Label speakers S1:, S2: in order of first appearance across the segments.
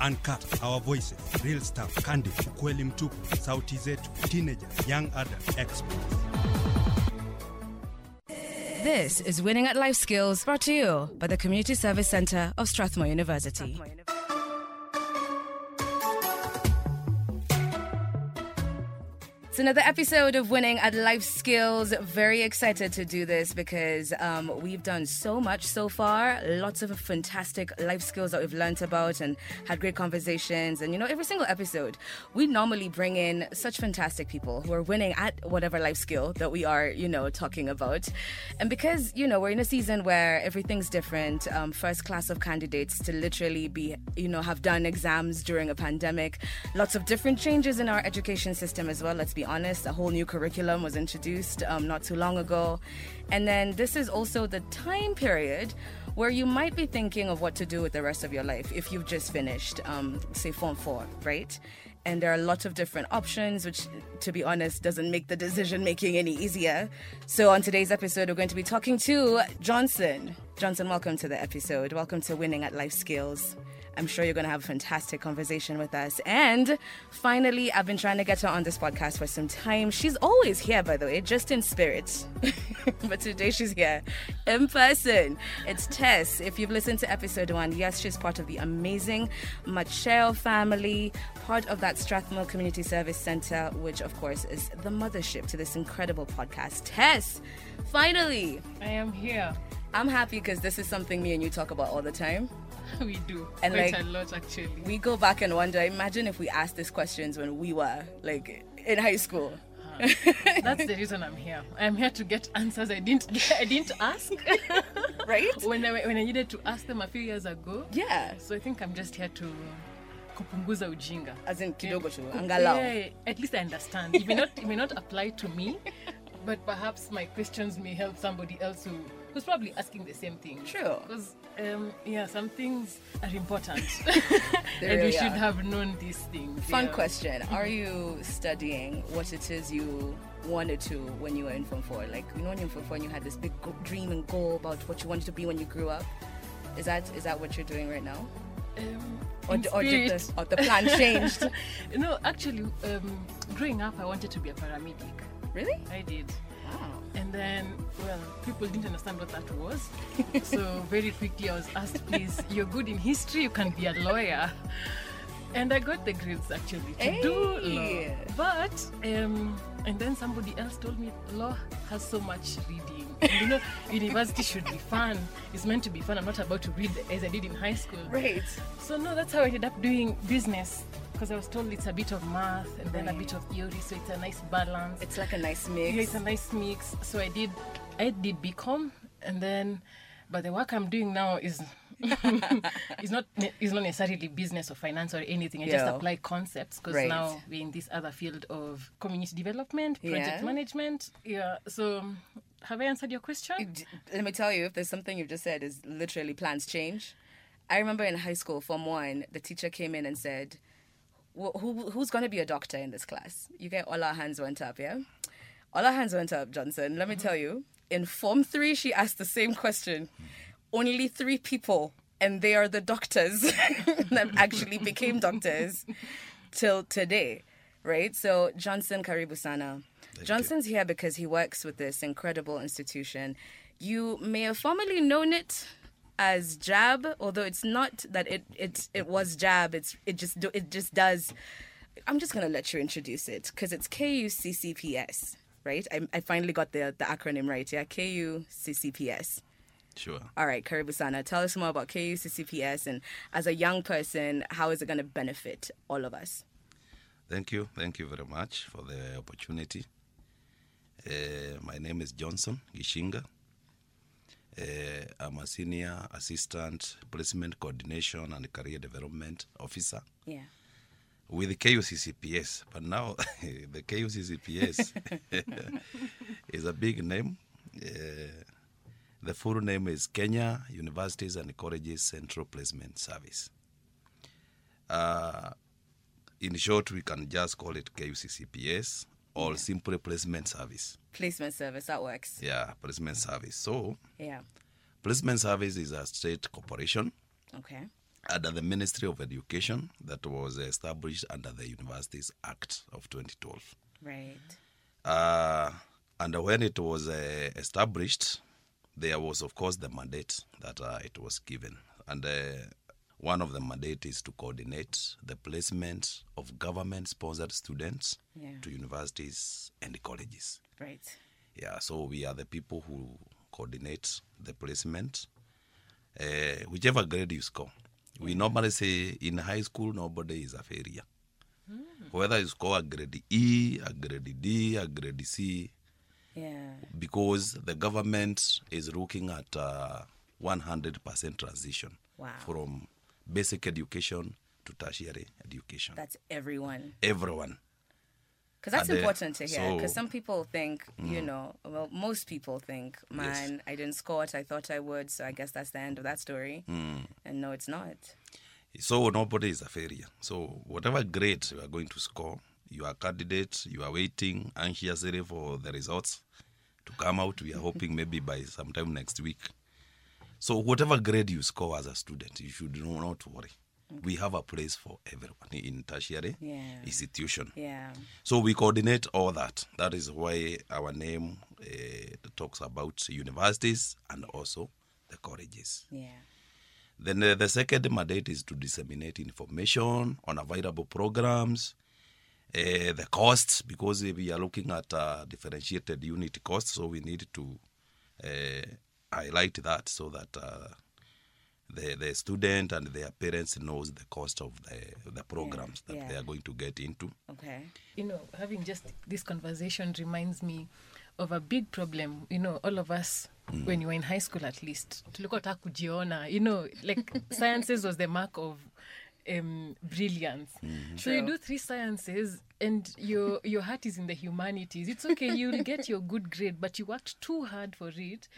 S1: Uncut, Our Voices, Real Stuff, Candid, Ukweli Mtupu, Sauti Zetu, Teenager, Young Adult, Experts.
S2: This is Winning at Life Skills brought to you by the Community Service Centre of Strathmore University. It's another episode of Winning at Life Skills. Very excited to do this because um, we've done so much so far. Lots of fantastic life skills that we've learnt about and had great conversations. And you know, every single episode, we normally bring in such fantastic people who are winning at whatever life skill that we are, you know, talking about. And because, you know, we're in a season where everything's different, um, first class of candidates to literally be, you know, have done exams during a pandemic, lots of different changes in our education system as well. Let's be honest, a whole new curriculum was introduced um, not too long ago. And then this is also the time period where you might be thinking of what to do with the rest of your life if you've just finished, um, say, Form 4, right? And there are lots of different options, which, to be honest, doesn't make the decision making any easier. So, on today's episode, we're going to be talking to Johnson. Johnson, welcome to the episode. Welcome to Winning at Life Skills. I'm sure you're going to have a fantastic conversation with us. And finally, I've been trying to get her on this podcast for some time. She's always here, by the way, just in spirit. but today she's here in person. It's Tess. If you've listened to episode one, yes, she's part of the amazing Machel family, part of that Strathmore Community Service Center, which, of course, is the mothership to this incredible podcast. Tess, finally,
S3: I am here.
S2: I'm happy because this is something me and you talk about all the time.
S3: We do.
S2: And,
S3: Quite
S2: like,
S3: a lot actually.
S2: we go back and wonder imagine if we asked these questions when we were like in high school
S3: That's the reason I'm here. I'm here to get answers I didn't I didn't ask.
S2: right
S3: when I when I needed to ask them a few years ago.
S2: yeah
S3: So I think I'm just here to kupunguza ujinga.
S2: as in kidogo tu
S3: Ku-
S2: angalau
S3: Yeah, at least I understand. It may not it may not apply to me, but perhaps my questions may help somebody else who who's probably asking the same thing.
S2: True.
S3: Because um, yeah, some things are important.
S2: They
S3: and we
S2: really
S3: should
S2: are.
S3: have known these things.
S2: fun
S3: yeah.
S2: question are you studying what it is you wanted to when you were in form 4 like you know when you were in form 4 and you had this big go- dream and goal about what you wanted to be when you grew up is that is that what you're doing right now
S3: Um,
S2: or,
S3: in
S2: d- or did
S3: spirit.
S2: the, or the plan changed
S3: No, actually, um, growing up, I wanted to be a paramedic.
S2: really
S3: I did.
S2: wow
S3: And then, well, people didn't understand what that was. so, very quickly, I was asked, please, you're good in history, you can be a lawyer. And I got the grades actually to do law.
S2: Hey.
S3: But, um, and then somebody else told me law has so much reading. And you know, university should be fun. It's meant to be fun. I'm not about to read as I did in high school.
S2: right
S3: So no, that's how I ended up doing business because I was told it's a bit of math and then a bit of theory, so it's a nice balance.
S2: it's like a nice
S3: yeah, it's
S2: mix
S3: a nice mix. So I did, I did BCom, and then, but the work I'm doing now is. it's not ne- it's not necessarily business or finance or anything. I just
S2: Yeah.
S3: apply concepts because
S2: Right.
S3: now we're in this other field of community development, project
S2: Yeah.
S3: management. Yeah. So, have I answered your question?
S2: D- let me tell you, if there's something you've just said is literally plans change. I remember in high school, Form One, the teacher came in and said, "Wh- who, "Who's going to be a doctor in this class?" You get all our hands went up, yeah. All our hands went up, Johnson. Let me tell you, in Form Three, she asked the same question. Only three people, and they are the doctors that actually became doctors till today, right? So Johnson Karibusana. Johnson's here because he works with this incredible institution. You may have formerly known it as Jab, although it's not that it it it was Jab. It's it just do, it just does. I'm just gonna let you introduce it because it's KUCCPS, right? I, I finally got the the acronym right. Yeah, KUCCPS.
S4: Sure.
S2: All right, Karibusana, tell us more about KUCCPS and as a young person, how is it going to benefit all of us?
S4: Thank you. Thank you very much for the opportunity. Uh, my name is Johnson Gishinga. Uh, I'm a senior assistant placement coordination and career development officer
S2: Yeah.
S4: with KUCCPS. But now the KUCCPS is a big name. Uh, the full name is Kenya Universities and Colleges Central Placement Service. Uh, in short, we can just call it KUCCPS or simply Placement Service.
S2: Placement service, that works.
S4: Yeah, Placement Service. So,
S2: Yeah.
S4: Placement Service is a state corporation
S2: Okay.
S4: under the Ministry of Education that was established under the Universities Act of 2012.
S2: Right.
S4: Uh, and when it was uh, established, there was, of course, the mandate that uh, it was given. And uh, one of the mandate is to coordinate the placement of government sponsored students
S2: Yeah.
S4: to universities and colleges.
S2: Right.
S4: Yeah, so we are the people who coordinate the placement, uh, whichever grade you score. We normally say in high school, nobody is a failure. Whether you score a grade E, a grade D, a grade C,
S2: Yeah.
S4: because the government is looking at uh, 100% transition
S2: Wow.
S4: from basic education to tertiary education.
S2: That's everyone.
S4: Everyone.
S2: Because that's
S4: And, uh,
S2: important to hear. Because
S4: so- Mm.
S2: some people think, you know, well, most people think, man, I didn't score what I thought I would, so I guess that's the end of that story.
S4: Mm.
S2: And no, it's not.
S4: So nobody is a failure. So whatever grade you are going to score, you are candidate, you are waiting anxiously for the results to come out. We are hoping maybe by sometime next week. So whatever grade you score as a student, you should no- not worry. We have a place for everyone in tertiary
S2: Yeah.
S4: institution.
S2: Yeah.
S4: So we coordinate all that. That is why our name uh, talks about universities and also the colleges.
S2: Yeah.
S4: Then uh, the second mandate is to disseminate information on available programs, uh, the costs, because we are looking at uh, differentiated unit costs, so we need to uh, highlight that so that uh, the, the student and their parents knows the cost of the, the programs that they
S2: yeah.
S4: are going to get into.
S2: Okay.
S3: you know, having just this conversation reminds me of a big problem, you know, all of us when you were in high school at least. Tulikuwa ta kujiona, you know, like sciences was the mark of um, brilliance. So you
S2: True.
S3: do three sciences and your your heart is in the humanities. It's okay, you'll get your good grade, but you worked too hard for it.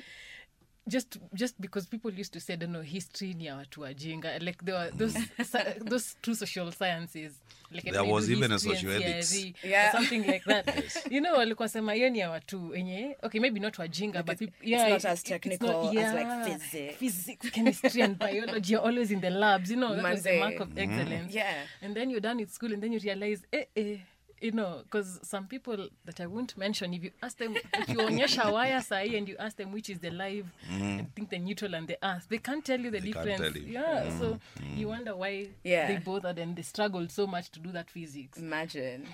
S3: Just just because people used to say, I don't know, history ni ya watu wajinga. Like there were those sci- those two social sciences. Like
S4: There was even a socioethics.
S3: sociology
S2: Yeah.
S3: yeah. something like that you know walikuwa sema hiyo ni ya watu wenye okay maybe not wajinga but
S2: it-
S3: peop-
S2: it's not as technical as, like, physics.
S3: physics chemistry and biology are always in the labs you know that was the
S2: Manze.
S3: mark of
S4: Mm-hmm.
S3: excellence
S2: Yeah.
S3: and then you're done with school and then you realize eh, eh, you know because some people that i won't mention if you ask them ukionyesha waya sahi and you ask them which is the live and think the neutral and the earth they can't tell you the
S4: Mm-hmm. They can't
S3: difference
S4: tell you. Mm-hmm.
S3: yeah so you wonder why
S2: Yeah.
S3: they bothered and they struggled so much to do that physics
S2: Imagine.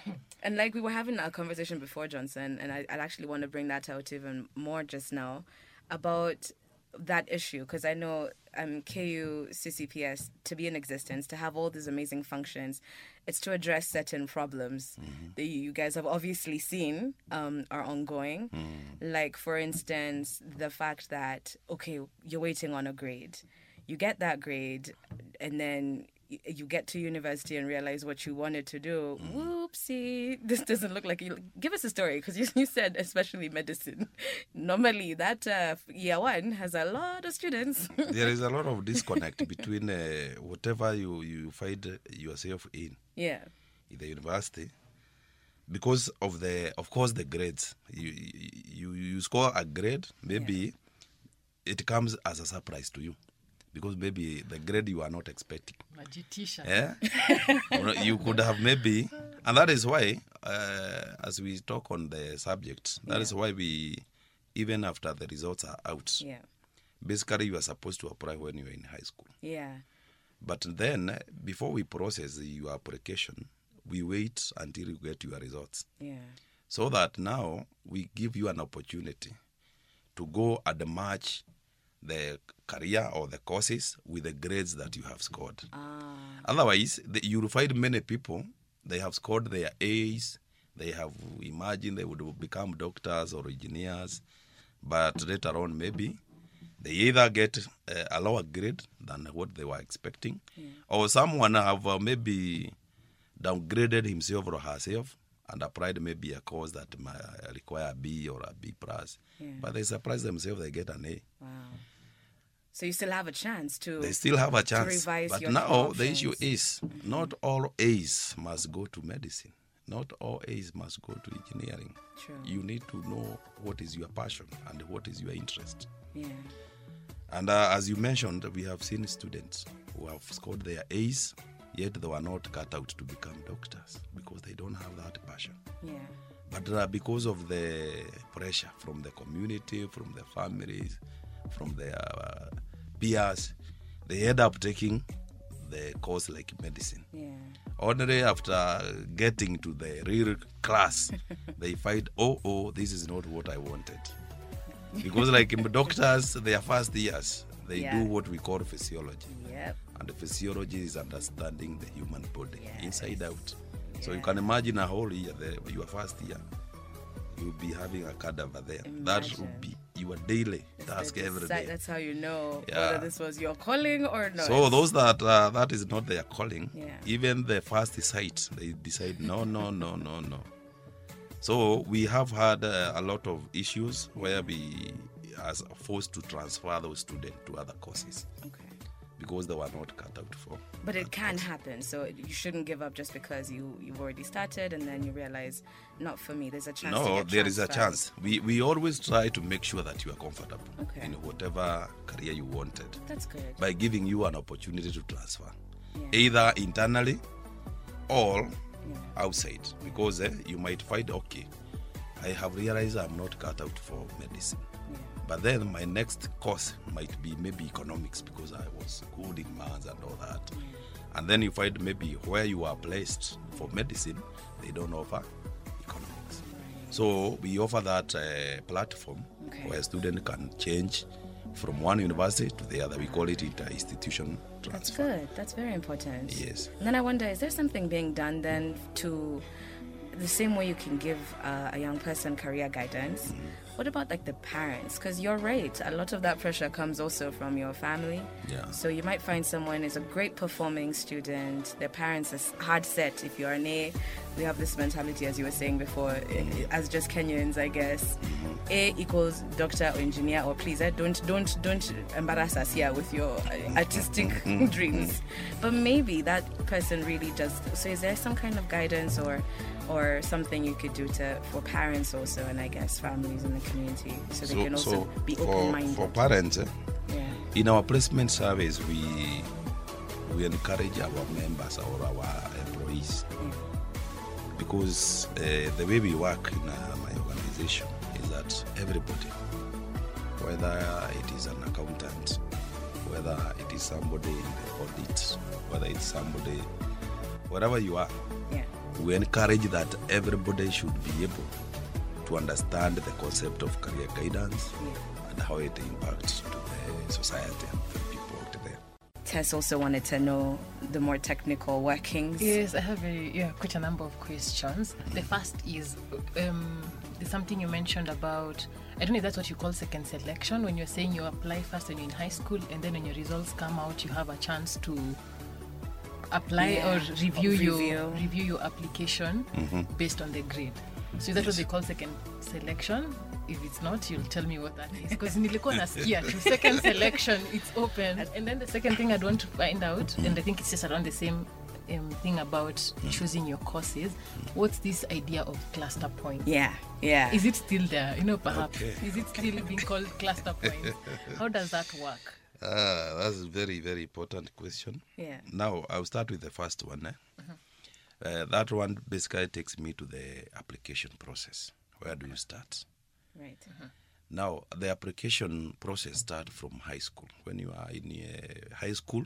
S2: And like we were having a conversation before, Johnson, and I, I actually want to bring that out even more just now about that issue because I know um, KU CCPS to be in existence, to have all these amazing functions, it's to address certain problems that you you guys have obviously seen um, are ongoing. Like, for instance, the fact that, okay, you're waiting on a grade you get that grade and then y- you get to university and realize what you wanted to do.
S4: Mm.
S2: Whoopsie, this doesn't look like you. Give us a story because you, you said, especially medicine. Normally, that uh, year one has a lot of students.
S4: there is a lot of disconnect between uh, whatever you, you find yourself in.
S2: yeah,
S4: in the university because of the of course the grades you you, you score a grade maybe it comes as a surprise to you because maybe the grade you are not expecting
S2: Mm.
S3: majitisha
S4: yeah You know, you could have maybe and that is why uh, as we talk on the subject that is why we even after the results are out
S2: yeah,
S4: basically you are supposed to apply when you are in high school
S2: yeah.
S4: but then, before we process your application, we wait until you get your results
S2: Yeah,
S4: so that now we give you an opportunity to go and match the career or the courses with the grades that you have scored.
S2: Ah,
S4: Otherwise, the, you'll find many people, they have scored their A's, they have imagined they would become doctors or engineers, but later on, maybe they either get uh, a lower grade than what they were expecting, or someone have uh, maybe downgraded himself or herself and applied maybe a course that might require a B or a B plus. But they surprise themselves, they get an A.
S2: wow. So you still have a chance to.
S4: They still have a chance.
S2: revise
S4: But
S2: your
S4: now the
S2: options.
S4: issue is not all A's must go to medicine. Not all A's must go to engineering.
S2: True.
S4: You need to know what is your passion and what is your interest.
S2: yeah,
S4: And uh, as you mentioned, we have seen students who have scored their A's, yet they were not cut out to become doctors because they don't have that passion.
S2: Yeah.
S4: But uh, because of the pressure from the community, from the families, from their uh, peers, they end up taking the course like medicine.
S2: Yeah.
S4: Ordinarily, after getting to the real class, they find, oh, oh, this is not what I wanted. Because, like in doctors, their first years, they
S2: Yeah.
S4: do what we call physiology.
S2: Yep.
S4: And physiology is understanding the human body inside out. So you
S2: Yeah.
S4: can imagine a whole year, the, your first year, you'll be having a cadaver there. That
S2: Imagine.
S4: would be your daily task
S2: But
S4: every
S2: that-
S4: day.
S2: That's how you know
S4: Yeah.
S2: whether this was your calling or not.
S4: So those that uh, that is not their calling,
S2: Yeah.
S4: even the first sight, they decide no, no, no, no, no. So we have had uh, a lot of issues where we are forced to transfer those students to other courses
S2: Okay.
S4: because they were not cut out for.
S2: But it can happen, so it- you shouldn't give up just because you you've already started and then you realize not for me. There's a chance. to
S4: No,
S2: get
S4: there is a
S2: transferred.
S4: chance. We we always try to make sure that you are comfortable
S2: Okay.
S4: in whatever career you wanted.
S2: That's good.
S4: by giving you an opportunity to transfer,
S2: Yeah.
S4: either internally or
S2: Yeah.
S4: outside, because eh, you might find, okay, I have realized I'm not cut out for medicine.
S2: Yeah.
S4: But then my next course might be maybe economics because I was good in maths and all that. And then you find maybe where you are placed for medicine, they don't offer economics. So we offer that uh, platform
S2: Okay.
S4: where a student can change from one university to the other. We call it inter-institution
S2: That's
S4: transfer.
S2: good. That's very important.
S4: Yes.
S2: And then I wonder, is there something being done then to the same way you can give uh, a young person career guidance?
S4: Mm-hmm.
S2: What about like the parents? Because you're right, a lot of that pressure comes also from your family.
S4: Yeah.
S2: So you might find someone is a great performing student. Their parents are hard set. If you're an A, we have this mentality, as you were saying before, eh, as just Kenyans, I guess. A equals doctor or engineer or please, eh, don't don't don't embarrass us here with your eh, artistic dreams. But maybe that person really does. So is there some kind of guidance or or something you could do to for parents also, and I guess families in the community, so they can also be
S4: for,
S2: open-minded.
S4: for parents, eh,
S2: yeah.
S4: in our placement surveys, we we encourage our members or our employees because uh, the way we work in uh, my organization is that everybody, whether it is an accountant, whether it is somebody in the audit, whether it's somebody, wherever you are,
S2: Yeah.
S4: we encourage that everybody should be able to understand the concept of career guidance and how it impacts to the society and the people out there.
S2: Tess also wanted to know the more technical workings.
S3: Yes, I have a, yeah, quite a number of questions. The first is um, there's something you mentioned about, I don't know if that's what you call second selection, when you're saying you apply first when you're in high school and then when your results come out, you have a chance to apply
S2: Yeah,
S3: or review,
S2: or
S3: your
S2: review.
S3: review your application based on the grade. So that's what they call second selection. If it's not, you'll tell me what that is. Because nilikuwa nasikia to second selection, it's open. And then the second thing I'd want to find out, and I think it's just around the same um, thing about choosing your courses. What's this idea of cluster points?
S2: Yeah, yeah.
S3: Is it still there? You know, perhaps
S4: Okay.
S3: is it still being called cluster points? How does that work?
S4: Ah, that's a very, very important question.
S2: Yeah.
S4: Now, I'll start with the first one. Eh? Uh, that one basically takes me to the application process. Where do you start?
S2: right.
S4: Now, the application process starts from high school. When you are in uh, high school,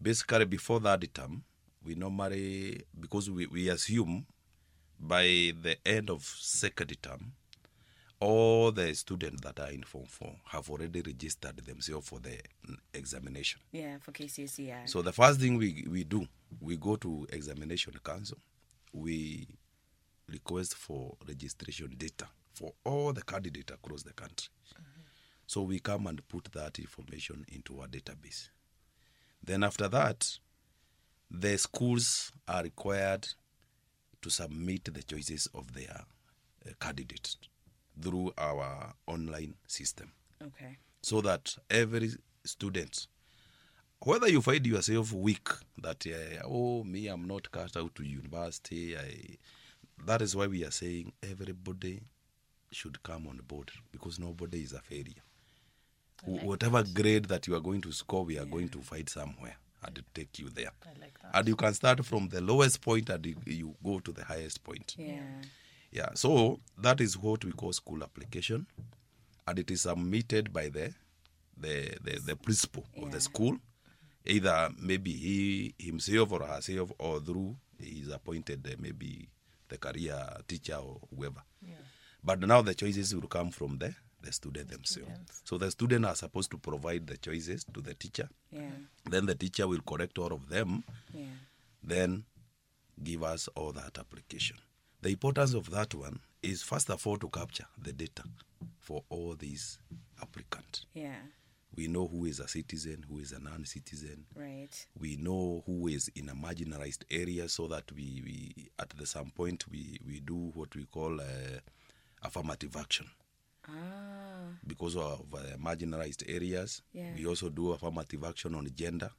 S4: basically before that term, we normally, because we, we assume by the end of second term, all the students that are in Form 4 have already registered themselves for the mm, examination.
S2: Yeah, for KCSE. Yeah.
S4: So the first thing we, we do, we go to examination council, we request for registration data for all the candidates across the country. So we come and put that information into our database. Then after that, the schools are required to submit the choices of their uh, candidates through our online system
S2: okay.
S4: so that every student, whether you find yourself weak, that uh, oh me I'm not cut out to university, I, that is why we are saying everybody should come on board because nobody is a failure. Wh- Whatever grade that you are going to score, we are going to fight somewhere and take you there.
S3: I like that.
S4: And you can start from the lowest point and you, you go to the highest point.
S2: Yeah.
S4: Yeah, so that is what we call school application, and it is submitted by the the the, the principal of the school, either maybe he himself or herself or through his appointed uh, maybe the career teacher or whoever. But now the choices will come from the the student themselves. So the student are supposed to provide the choices to the teacher.
S2: Yeah.
S4: Then the teacher will correct all of them
S2: Yeah.
S4: then give us all that application. The importance of that one is first of all to capture the data for all these applicants.
S2: Yeah.
S4: We know who is a citizen, who is a non-citizen.
S2: Right.
S4: We know who is in a marginalized area, so that we, we at the some point we, we do what we call uh, affirmative action
S2: Ah.
S4: because of uh, marginalized areas.
S2: Yeah.
S4: We also do affirmative action on gender.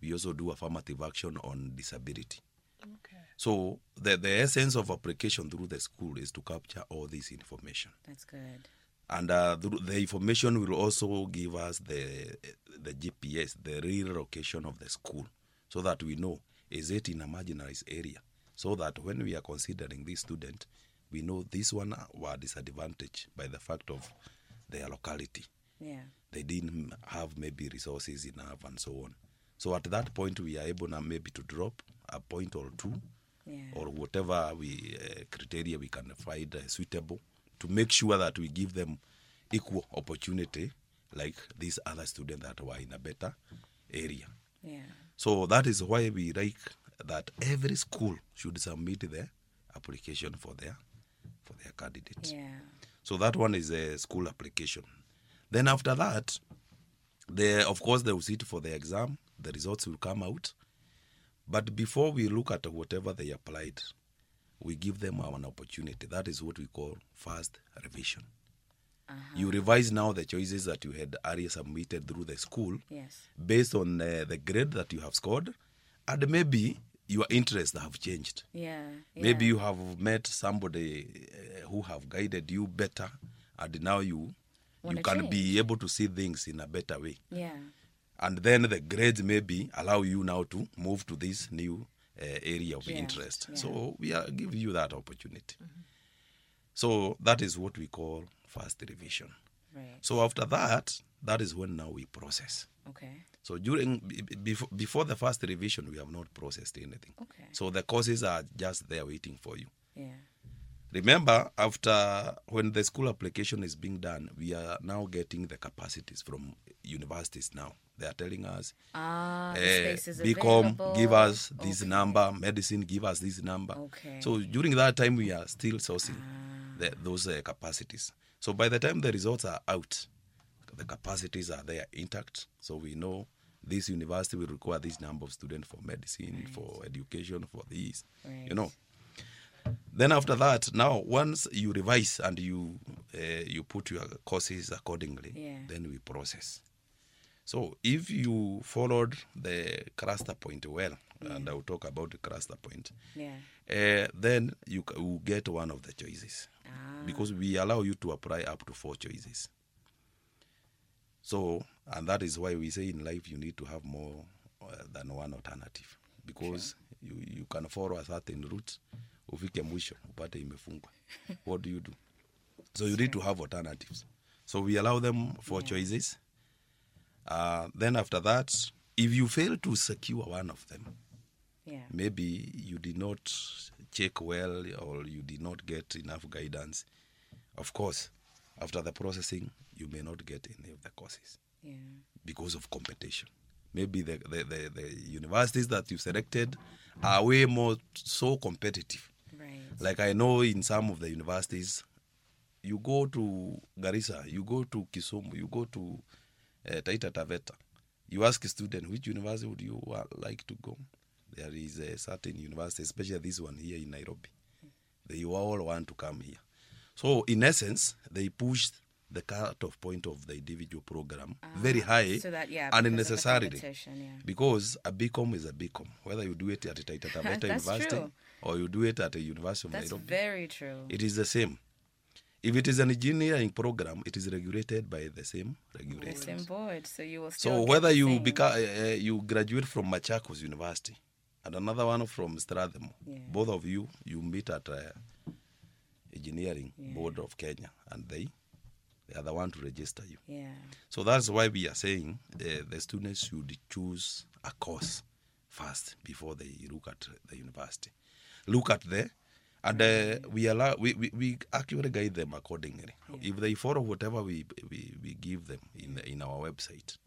S4: We also do affirmative action on disability.
S3: Okay.
S4: So the, the essence of application through the school is to capture all this information.
S2: That's good.
S4: And uh, through the information will also give us the, the GPS, the real location of the school, so that we know is it in a marginalized area, so that when we are considering this student, we know this one were disadvantaged by the fact of their locality
S2: Yeah.
S4: they didn't have maybe resources enough and so on. So at that point, we are able now maybe to drop a point or two,
S2: Yeah.
S4: or whatever we uh, criteria we can find uh, suitable to make sure that we give them equal opportunity, like these other students that were in a better area.
S2: Yeah.
S4: So that is why we like that every school should submit their application for their for their candidates.
S2: Yeah.
S4: So that one is a school application. Then after that, they, of course, they will sit for the exam. The results will come out. But before we look at whatever they applied, we give them an opportunity. That is what we call first revision. You revise now the choices that you had earlier submitted through the school
S2: Yes.
S4: based on uh, the grade that you have scored, and maybe your interests have changed
S2: Yeah. yeah.
S4: maybe you have met somebody uh, who have guided you better and now you
S2: Wanna
S4: you can
S2: change.
S4: be able to see things in a better way
S2: Yeah.
S4: and then the grades maybe allow you now to move to this new uh, area of
S2: Yeah,
S4: interest
S2: yeah. Mm-hmm.
S4: so we are give you that opportunity so that is what we call first revision
S2: Right.
S4: so after that that is when now we process
S2: Okay.
S4: so during be- be- before, before the first revision we have not processed anything
S2: Okay.
S4: so the courses are just there waiting for you
S2: Yeah.
S4: Remember, after when the school application is being done, we are now getting the capacities from universities now. They are telling us,
S2: Ah, the
S4: eh,
S2: space is available.
S4: BCom, give us this
S2: Okay.
S4: number, medicine, give us this number.
S2: Okay. Ah.
S4: So during that time, we are still sourcing the, those uh, capacities. So by the time the results are out, the capacities are there intact. So we know this university will require this number of students for medicine, for education, for this,
S2: Right.
S4: you know. Then after that, now once you revise and you uh, you put your courses accordingly,
S2: Yeah.
S4: then we process. So if you followed the cluster point well, and I will talk about the cluster point,
S2: Yeah.
S4: uh, then you c- will get one of the choices because we allow you to apply up to four choices. So, and that is why we say in life you need to have more uh, than one alternative because you, you can follow a certain route, ufike mwisho upate imefungwa. What do you do? So you need to have alternatives. So we allow them four choices. Uh, then after that, if you fail to secure one of them,
S2: Yeah.
S4: maybe you did not check well or you did not get enough guidance. Of course, after the processing, you may not get any of the courses
S2: Yeah.
S4: because of competition. Maybe the, the, the, the universities that you selected are way more so competitive.
S2: Right.
S4: Like I know in some of the universities, you go to Garissa, you go to Kisumu, you go to uh, Taita Taveta. You ask a student, which university would you uh, like to go? There is a certain university, especially this one here in Nairobi. They all want to come here. So, in essence, they pushed the cutoff point of the individual program very high
S2: Ah, so that, yeah, because of
S4: and
S2: the
S4: unnecessarily.
S2: competition, yeah.
S4: Because a BCom is a BCom, whether you do it at Taita Taveta
S2: That's
S4: University
S2: true.
S4: or you do it at a University of
S2: That's
S4: Nairobi.
S2: very true.
S4: It is the same. If it is an engineering program, it is regulated by the same regulator.
S2: The same board, so you will still
S4: So
S2: get
S4: whether
S2: the
S4: you
S2: same.
S4: become uh, uh, you graduate from Machakos University and another one from Strathmore,
S2: Yeah.
S4: both of you you meet at uh, engineering board of Kenya, and they they are the one to register you.
S2: yeah,
S4: So that's why we are saying uh, the students should choose a course first before they look at the university. Look at the, and uh, we allow we, we, we actually guide them accordingly. If they follow whatever we we, we give them in the, in our website,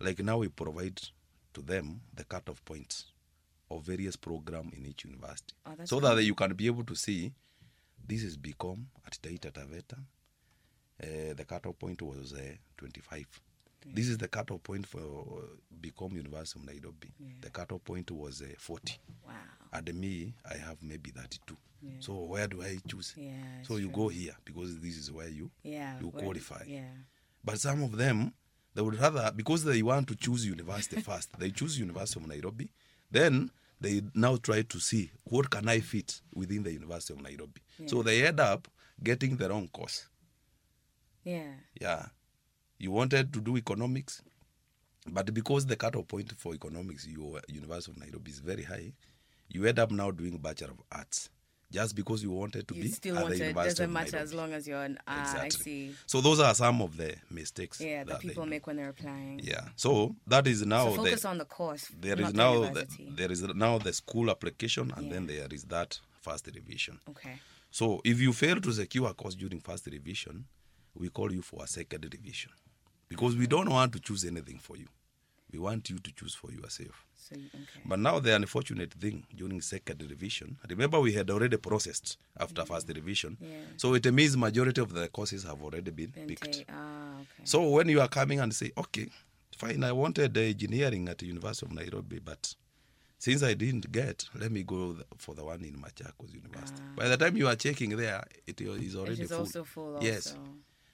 S4: like now we provide to them the cutoff points of various program in each university,
S2: Oh, that's
S4: so that you can be able to see this is become at Taita Taveta uh, the cutoff point was uh, 25. This is the cutoff point for uh, Become University of Nairobi. The cutoff point was uh, 40.
S2: wow,
S4: And me, I have maybe 32. So where do I choose?
S2: Yeah,
S4: so you go here because this is where you
S2: yeah,
S4: you
S2: well,
S4: qualify.
S2: yeah,
S4: But some of them, they would rather, because they want to choose university first, they choose University of Nairobi. Then they now try to see what can I fit within the University of Nairobi. So they end up getting the wrong course.
S2: yeah,
S4: Yeah. You wanted to do economics, but because the cutoff point for economics, your University of Nairobi is very high, you end up now doing Bachelor of Arts just because you wanted to
S2: you
S4: be
S2: still
S4: at
S2: want
S4: the
S2: it.
S4: University
S2: Doesn't
S4: of
S2: matter as
S4: Nairobi.
S2: long as you're an. Ah, I
S4: Exactly.
S2: see.
S4: So those are some of the mistakes.
S2: Yeah, that,
S4: they
S2: people
S4: do.
S2: make when they're applying.
S4: Yeah. So that is now
S2: So focus
S4: the,
S2: on the course.
S4: there
S2: not
S4: is
S2: the
S4: now the,
S2: university.
S4: there is now the school application, and then there is that first revision.
S2: okay.
S4: So if you fail to secure a course during first revision, we call you for a second revision because we don't want to choose anything for you. We want you to choose for yourself.
S2: So you- okay.
S4: But now the unfortunate thing during second revision, remember we had already processed after first revision.
S2: Mm. Yeah.
S4: So it means majority of the courses have already been
S2: Then
S4: picked.
S2: take- ah, okay.
S4: So when you are coming and say, okay, fine, I wanted uh, engineering at the University of Nairobi, but since I didn't get, let me go th- for the one in Machakos University. By the time you are checking there, it i- is already
S2: Ah. is
S4: full.
S2: also full
S4: Yes,
S2: also.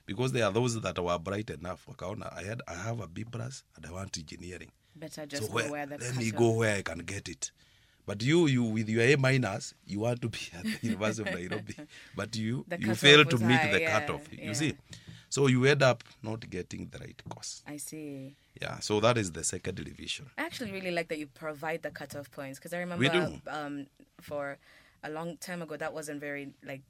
S4: because there are those that were bright enough. Wakaona, I had, I have a B plus and I want engineering.
S2: Better just
S4: so
S2: go
S4: where,
S2: where the
S4: let me
S2: cutoff-
S4: go where I can get it. But you, you with your A minus, you want to be at the University of Nairobi, but you
S2: The
S4: you
S2: cutoff
S4: fail to
S2: was
S4: meet
S2: high,
S4: the
S2: yeah,
S4: cutoff.
S2: yeah.
S4: You see, so you end up not getting the right course.
S2: I see.
S4: Yeah, so that is the second division.
S2: I actually really like that you provide the cutoff points because I remember
S4: do.
S2: Um, for a long time ago that wasn't very like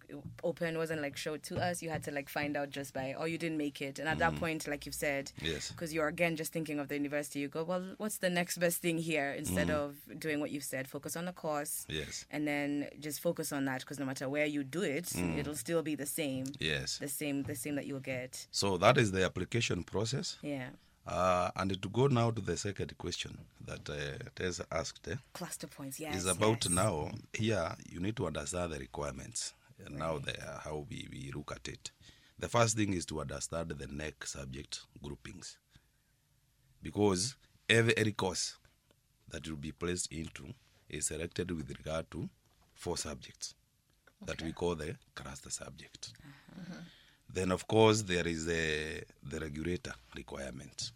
S2: open, wasn't like showed to us. You had to like find out just by or you didn't make it. And at that point, like you've said,
S4: Mm-hmm. Yes.
S2: because you're again just thinking of the university, you go, well, what's the next best thing here? Instead of doing what you've said, focus on the course.
S4: Mm-hmm. Yes.
S2: And then just focus on that because no matter where you do it, it'll still be the same,
S4: Mm. Yes.
S2: the same, the same that you'll get.
S4: So that is the application process.
S2: Yeah,
S4: Uh, and to go now to the second question that uh, Tess asked eh,
S2: cluster points. Yes,
S4: is about
S2: yes.
S4: now. Here, you need to understand the requirements and now the, how we, we look at it. The first thing is to understand the neck subject groupings because every, every course that will be placed into is selected with regard to four subjects that we call the cluster subject. Then, of course, there is the, the regulator requirement.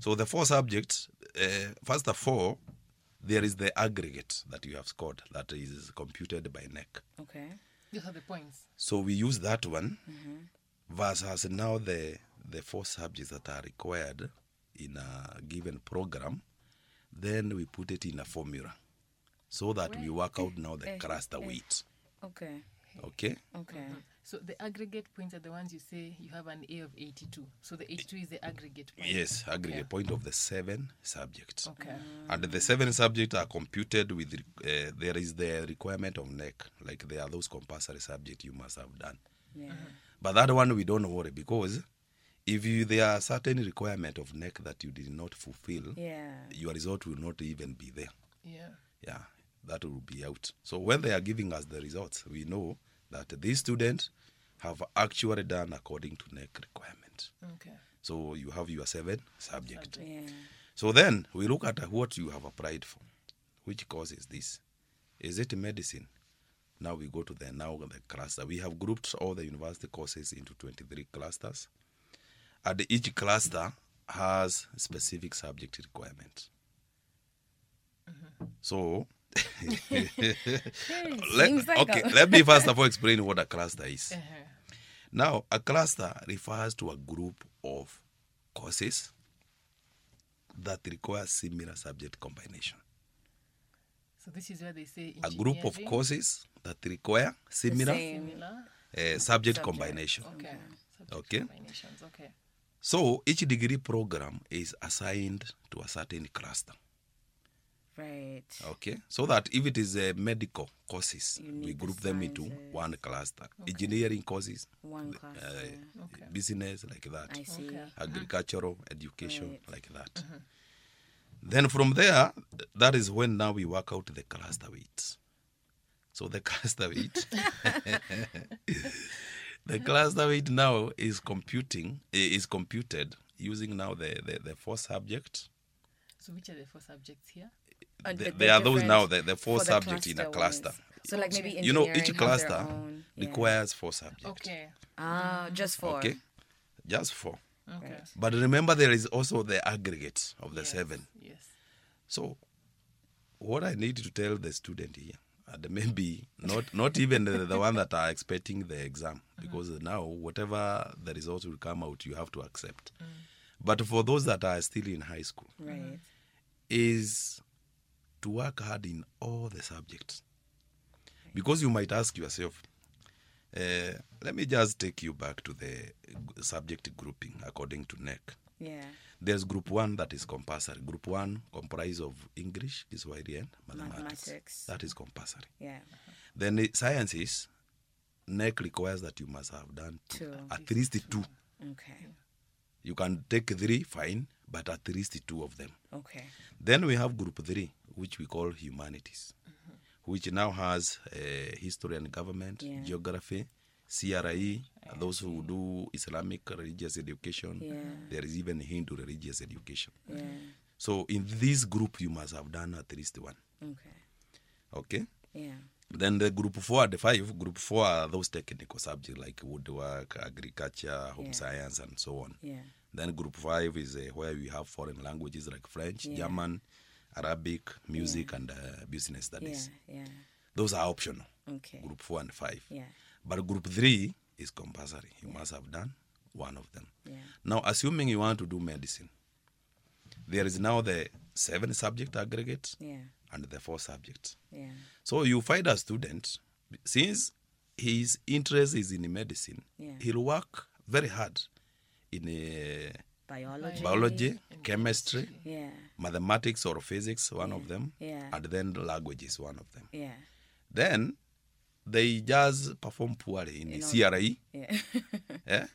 S4: So, the four subjects, uh, first of all, there is the aggregate that you have scored that is computed by NEC.
S2: Okay.
S3: These are the points.
S4: So, we use that one versus now the, the four subjects that are required in a given program. Then we put it in a formula so that we work out now the cluster weight.
S2: Okay.
S4: Okay?
S2: Okay.
S3: So the aggregate points are the ones you say you have an A of 82. So the 82 is the aggregate point.
S4: Yes, aggregate point of the seven subjects.
S3: Okay.
S4: And the seven subjects are computed with, uh, there is the requirement of NEC, like there are those compulsory subjects you must have done.
S2: Yeah.
S4: But that one we don't worry because if you, there are certain requirement of NEC that you did not fulfill,
S2: Yeah.
S4: your result will not even be there.
S3: Yeah.
S4: Yeah, that will be out. So when they are giving us the results, we know that these students have actually done according to NEC requirement.
S3: Okay.
S4: So you have your seven subject.
S2: Yeah.
S4: So then we look at what you have applied for. Which course is this? Is it medicine? Now we go to the now the cluster. We have grouped all the university courses into 23 clusters. And each cluster has specific subject requirement.
S3: Mm-hmm.
S4: So let,
S2: seems like
S4: okay,
S2: a-
S4: let me first of all explain what a cluster is.
S3: Uh-huh.
S4: Now, a cluster refers to a group of courses that require similar subject combination.
S3: So this is where they say
S4: A group of
S3: engineering,
S4: courses that require similar uh,
S2: same.
S3: similar.
S4: subject, combination.
S3: Okay. Subject
S4: Okay.
S3: Combinations. Okay.
S4: So each degree program is assigned to a certain cluster.
S2: Right.
S4: Okay, so that if it is uh, medical courses,
S2: You
S4: we
S2: need the
S4: group them into
S2: sciences.
S4: one cluster. Engineering courses,
S2: One class.
S4: uh,
S2: yeah.
S3: Okay.
S4: business like that,
S2: I see.
S3: Okay.
S4: agricultural education
S2: Right. Uh-huh.
S4: like that. Then from there, th- that is when now we work out the cluster weight. So the cluster weight, the cluster weight now is computing i- is computed using now the the, the four subject.
S3: So which are the four subjects here?
S2: And
S4: Th-
S2: the-
S4: there are those
S2: Oh, different
S4: now the, the four
S2: for the
S4: subjects in a
S2: ones.
S4: cluster.
S2: So like maybe
S4: you know
S2: engineering
S4: each
S2: have
S4: cluster
S2: their own- yeah.
S4: requires four subjects
S3: Okay.
S2: ah just four.
S4: okay just four
S3: Okay.
S4: but remember there is also the aggregate of the
S3: Yes,
S4: seven
S3: Yes.
S4: so what i need to tell the student here and maybe not not even the, the one that are expecting the exam because now whatever the results will come out you have to accept but for those that are still in high school
S2: Right.
S4: is to work hard in all the subjects. Because you might ask yourself, uh, let me just take you back to the g- subject grouping according to E NEC.
S2: Yeah.
S4: There's group one that is compulsory. Group one comprises of English, Kiswahili, and mathematics.
S2: Mathematics.
S4: That is compulsory.
S2: Yeah.
S4: Then i- sciences, NEC requires that you must have done two,
S2: Two.
S4: at least two.
S2: Okay.
S4: You can take three, fine, but at least two of them.
S2: Okay.
S4: Then we have group three, which we call humanities, which now has uh, history and government,
S2: Mm-hmm. Yeah.
S4: geography, CRE, those who do Islamic religious education.
S2: Yeah.
S4: There is even Hindu religious education.
S2: Yeah.
S4: So in this group, you must have done at least one.
S2: Okay.
S4: Okay.
S2: Yeah.
S4: Then the group four, the five group four are those technical subjects like woodwork, agriculture, home
S2: Yeah.
S4: science, and so on.
S2: Yeah.
S4: Then group five is uh, where we have foreign languages like French,
S2: Yeah.
S4: German, Arabic, music, and uh, business
S2: Yeah.
S4: studies.
S2: Yeah.
S4: Those are optional,
S2: Okay.
S4: group four and five.
S2: Yeah.
S4: But group three is compulsory. You must have done one of them.
S2: Yeah.
S4: Now, assuming you want to do medicine, there is now the seven subject aggregate
S2: Yeah.
S4: and the four subjects.
S2: Yeah.
S4: So you find a student, since his interest is in medicine,
S2: Yeah.
S4: he'll work very hard in uh,
S2: Biology.
S4: biology, chemistry,
S2: Yeah.
S4: mathematics or physics, one of them,
S2: Yeah.
S4: and then languages, one of them.
S2: Yeah.
S4: Then they just perform poorly in,
S2: In
S4: the
S2: all-
S4: CRE,
S2: Yeah.
S4: eh?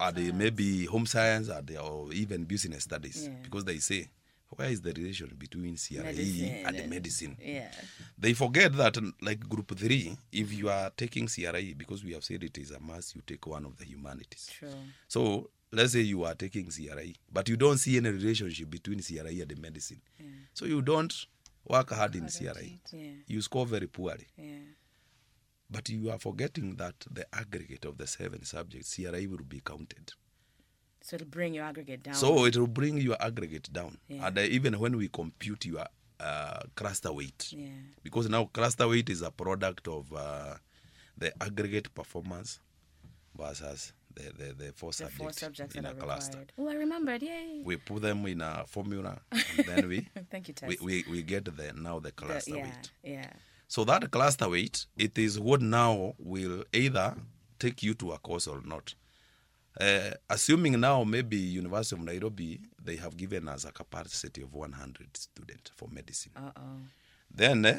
S4: or they maybe home science, or, they, or even business studies,
S2: Yeah.
S4: because they say, where is the relation between CRE
S2: Medicine
S4: and
S2: and-
S4: medicine?
S2: yeah.
S4: They forget that, like group three, if you are taking CRE, because we have said it is a must, you take one of the humanities.
S2: True.
S4: So let's say you are taking CRI, but you don't see any relationship between CRI and the medicine. So you don't work hard in CRI.
S2: Yeah.
S4: You score very poorly.
S2: Yeah.
S4: But you are forgetting that the aggregate of the seven subjects, CRI will be counted.
S2: So it'll bring your aggregate down.
S4: So it will bring your aggregate down.
S2: Yeah.
S4: And uh, even when we compute your uh, cluster weight,
S2: Yeah.
S4: because now cluster weight is a product of uh, the aggregate performance versus the, the, the four
S2: The
S4: subjects
S2: four subjects
S4: in
S2: that
S4: a
S2: are
S4: cluster.
S2: required. Oh, I remembered. Yay.
S4: we put them in a formula and then we
S2: Thank you, Tess.
S4: we, we, we get the now the
S2: The-
S4: cluster
S2: yeah.
S4: weight
S2: Yeah.
S4: so that cluster weight it is what now will either take you to a course or not uh, assuming now maybe university of nairobi they have given us a capacity of 100 students for medicine
S2: Uh oh.
S4: then eh,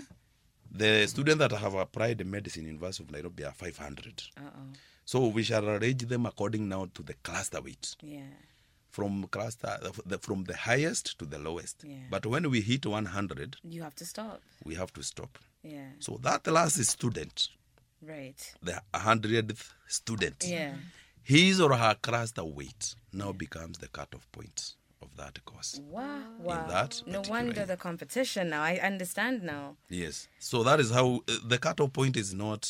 S4: the students that have applied medicine in university of nairobi are 500
S2: Uh oh.
S4: so we shall arrange them according now to the cluster weight
S2: Yeah.
S4: from cluster the, from the highest to the lowest.
S2: Yeah.
S4: But when we hit 100,
S2: You have to stop.
S4: we have to stop.
S2: Yeah.
S4: So that last student,
S2: Right.
S4: the 100th student,
S2: Yeah.
S4: his or her cluster weight now becomes the cutoff point of that course.
S2: Wow. Wow.
S4: that
S2: no
S4: particular
S2: wonder
S4: year.
S2: the competition now. I understand now.
S4: Yes. So that is how uh, the cutoff point is not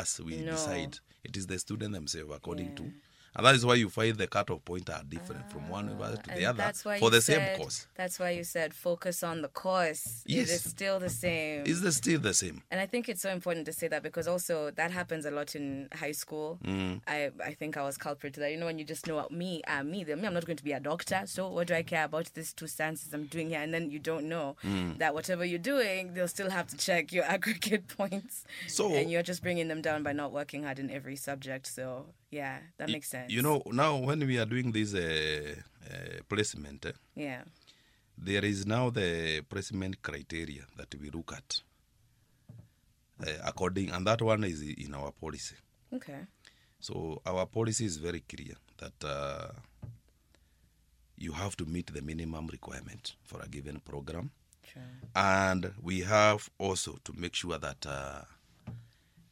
S4: us we
S2: No.
S4: decide. It is the student themselves according
S2: Yeah. Ah,
S4: to And that is why you find the cutoff point are different from one university to
S2: And
S4: the other
S2: that's why
S4: for
S2: you
S4: the
S2: said,
S4: same course.
S2: That's why you said focus on the course.
S4: Yes.
S2: It is still the same.
S4: Is the still the same?
S2: And I think it's so important to say that because also that happens a lot in high school.
S4: Mm.
S2: I, I think I was culprit to that. You know, when you just know what me, uh, me, the, me, I'm not going to be a doctor. So what do I care about these two stances I'm doing here? And then you don't know
S4: Mm.
S2: that whatever you're doing, they'll still have to check your aggregate points.
S4: So-
S2: and you're just bringing them down by not working hard in every subject. So yeah, that makes sense.
S4: You know, now when we are doing this uh, uh, placement, eh,
S2: Yeah.
S4: there is now the placement criteria that we look at uh, according, and that one is in our policy.
S2: Okay.
S4: So our policy is very clear that uh, you have to meet the minimum requirement for a given program,
S2: Sure.
S4: and we have also to make sure that uh,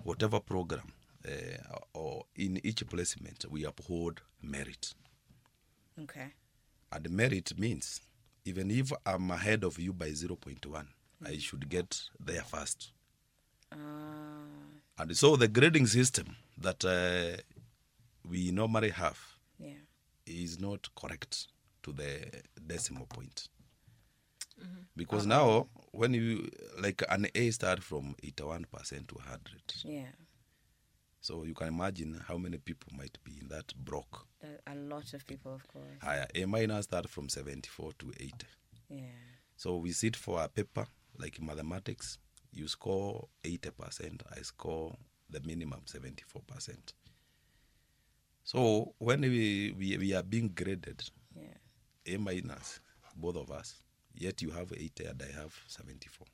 S4: whatever program uh, or in each placement we uphold merit.
S2: Okay.
S4: And merit means even if I'm ahead of you by 0.1, I should get there first.
S2: Uh,
S4: And so the grading system that uh, we normally have
S2: yeah.
S4: is not correct to the decimal point. Because now, when you like an A start from 81% to 100,
S2: Yeah.
S4: so you can imagine how many people might be in that block.
S2: There are A lot of people, of course.
S4: Higher A minor start from 74 to 80.
S2: Yeah.
S4: So we sit for a paper like mathematics. You score 80%, I score the minimum 74%. So when we, we, we are being graded,
S2: Yeah.
S4: A minus, both of us. Yet you have 80 and I have 74.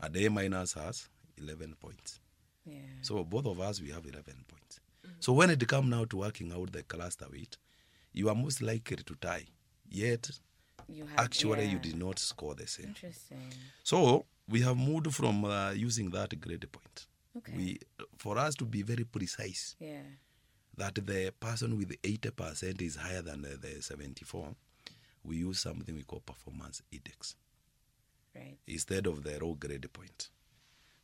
S4: And A minus has 11 points.
S2: Yeah.
S4: So both of us, we have 11 points.
S2: Mm-hmm.
S4: So when it comes now to working out the cluster weight, you are most likely to tie. Yet
S2: You have
S4: actually you
S2: yeah. Mm-hmm.
S4: did not score the same.
S2: Interesting.
S4: So we have moved from uh, using that grade point.
S2: Okay.
S4: We, for us to be very precise,
S2: yeah.
S4: that the person with 80% is higher than the, the 74, we use something we call performance index
S2: Right.
S4: instead of the raw grade point.